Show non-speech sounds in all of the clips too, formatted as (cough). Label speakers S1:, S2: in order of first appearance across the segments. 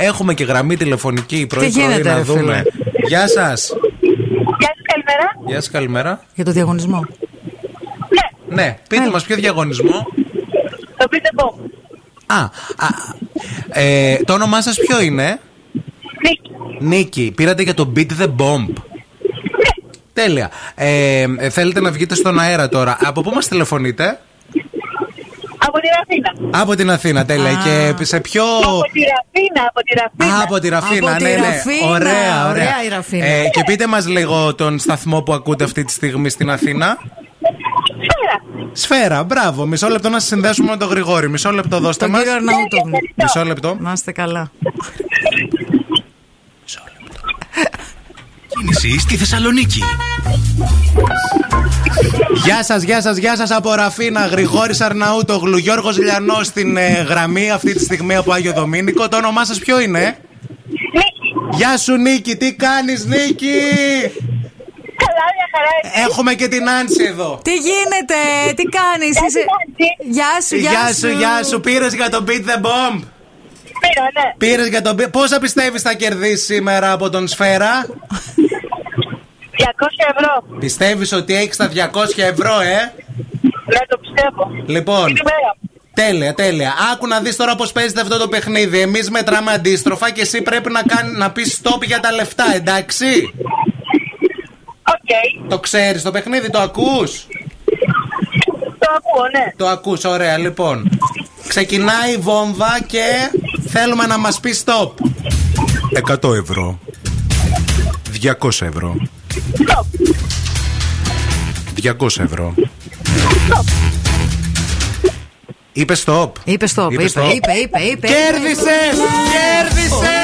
S1: Έχουμε και γραμμή τηλεφωνική πρωί
S2: Τι
S1: πρωί
S2: γίνεται,
S1: να
S2: ρε, φίλε?
S1: δούμε. Γεια σας.
S3: Γεια σας, καλημέρα.
S1: Γεια σας, καλημέρα.
S2: Για το διαγωνισμό.
S3: Ναι,
S1: Ναι, πείτε
S2: Ε.
S1: μας ποιο διαγωνισμό.
S3: το πείτε πω.
S1: Α, α ε, το όνομά σας ποιο είναι,
S3: Νίκη.
S1: Νίκη. Πήρατε για το Beat the Bomb.
S3: Ναι,
S1: Τέλεια. Ε, ε, θέλετε να βγείτε στον αέρα τώρα. Από πού μας τηλεφωνείτε,
S3: από τη Ραφίνα.
S1: Από την Αθήνα, τέλεια.
S2: Α.
S1: Και σε ποιο.
S3: Από τη Ραφίνα, από τη Ραφίνα.
S1: Α, από τη Ραφίνα,
S2: Από τη
S1: ναι, ναι.
S2: Ραφίνα.
S1: Ωραία, ωραία.
S2: Ωραία η Ραφίνα.
S1: Ε, και πείτε μας λίγο τον σταθμό που ακούτε αυτή τη στιγμή στην Αθήνα.
S3: Σφαίρα.
S1: Σφαίρα, μπράβο. Μισό λεπτό να σας συνδέσουμε με τον Γρηγόρη. Μισό λεπτό, δώστε
S2: Τον
S1: μας.
S2: κύριο Αρναούτογλου.
S1: Μισό λεπτό.
S2: Να είστε καλά.
S4: Κίνηση στη Θεσσαλονίκη.
S1: Γεια σας, γεια σας, γεια σας από Ραφίνα. Γρηγόρης Αρναούτογλου, Γιώργος Λιανός στην ε, γραμμή αυτή τη στιγμή από Άγιο Δομήνικο. Το όνομά σας ποιο είναι?
S3: Νίκη.
S1: Γεια σου Νίκη, τι κάνεις Νίκη!
S3: Καλά, μια χαρά. εσύ.
S1: Έχουμε και την Άνση εδώ.
S2: Τι γίνεται, τι κάνεις,
S3: Κάτι
S2: είσαι.
S3: κάνει.
S2: Γεια σου, γεια,
S1: Γεια σου, γεια σου, πήρες για τον Beat the Bomb.
S3: Πήρα, ναι.
S1: Πήρες για τον. Πόσα πιστεύεις θα κερδίσεις σήμερα από τον Σφαίρα,
S3: 200 ευρώ.
S1: Πιστεύεις ότι έχεις τα 200 ευρώ, ε!
S3: Ναι, το πιστεύω.
S1: Λοιπόν.
S3: Είναι η μέρα μου.
S1: Τέλεια, τέλεια. Άκου να δεις τώρα πώς παίζεται αυτό το παιχνίδι. Εμείς μετράμε αντίστροφα και εσύ πρέπει να, κάνει, να πεις stop για τα λεφτά, εντάξει.
S3: Οκ.
S1: Το ξέρεις το παιχνίδι, το ακούς.
S3: Το ακούω, ναι.
S1: Το ακούς, ωραία, λοιπόν. Ξεκινάει η βόμβα και θέλουμε να μας πεις stop.
S4: 100 ευρώ. 200 ευρώ. 200 ευρώ.
S1: Είπες stop.
S2: Είπε στο, είπε,
S1: Είπε
S2: είπε,
S1: stop.
S2: είπε, είπε, είπε.
S1: Κέρδισε! Κέρδισε!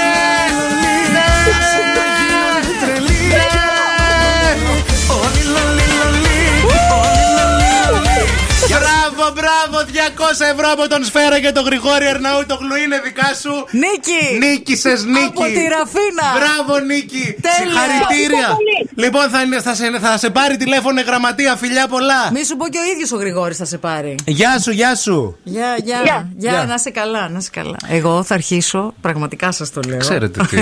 S1: Μπράβο, μπράβο! 200 ευρώ από τον Σφαίρα και τον Γρηγόρη Αρναού. Το γλου είναι δικά σου.
S2: Νίκη!
S1: Νίκησες Νίκη.
S2: Από τη Ραφίνα!
S1: Μπράβο, Νίκη.
S2: Τέλεια.
S1: Συγχαρητήρια.
S3: Ευχαριστώ πολύ.
S1: Λοιπόν, θα, είναι- θα, σε, θα σε πάρει τηλέφωνο η γραμματεία. Φιλιά πολλά.
S2: Μη σου πω και ο ίδιος ο Γρηγόρης θα σε πάρει.
S1: Γεια σου, γεια σου.
S2: Γεια, γεια,
S3: Γεια.
S2: γεια,
S1: Γεια.
S2: να είσαι καλά, να είσαι καλά. Εγώ θα αρχίσω, πραγματικά σας το λέω.
S1: Ξέρετε τι.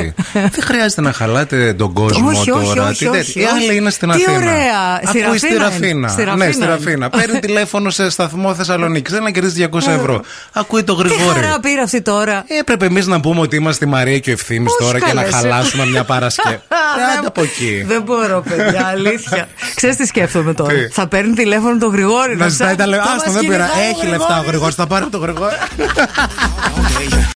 S1: Δεν χρειάζεται να χαλάτε τον κόσμο
S2: Όχι, όχι,
S1: τώρα.
S2: όχι,
S1: τι
S2: όχι,
S1: τέτοιο.
S2: όχι.
S1: Οι άλλοι είναι στην
S2: Τι
S1: Αθήνα.
S2: ωραία. Στη
S1: Ακούει στη
S2: Ραφίνα
S1: Ραφίνα.
S2: είναι. Στη
S1: ναι,
S2: Ραφίνα
S1: στη
S2: είναι.
S1: Ραφίνα. Παίρνει
S2: (laughs)
S1: τηλέφωνο σε σταθμό Θεσσαλονίκης. Θέλει να κερδίσει 200 ευρώ. Ακούει τον
S2: (laughs) Ε. Τι
S1: Γρηγόρη.
S2: χαρά πήρε αυτή τώρα.
S1: Ε, Έπρεπε εμείς να πούμε ότι είμαστε η Μαρία και ο Ευθύνη
S2: Πώς
S1: τώρα και να
S2: καλέσαι.
S1: χαλάσουμε μια
S2: (laughs)
S1: Παρασκευή.
S2: Δεν-
S1: Άντε από εκεί.
S2: Δεν μπορώ, παιδιά, αλήθεια. Ξέρεις τι σκέφτομαι τώρα.
S1: Τι?
S2: Θα παίρνει τηλέφωνο τον Γρηγόρη.
S1: Να ζητάει τα λεφτά.
S2: θα
S1: Άστο,
S2: μας
S1: δεν πειράζει.
S2: κυνηγάει ο
S1: Έχει λεφτά ο Γρηγόρης. Θα πάρει από τον Γρηγόρη.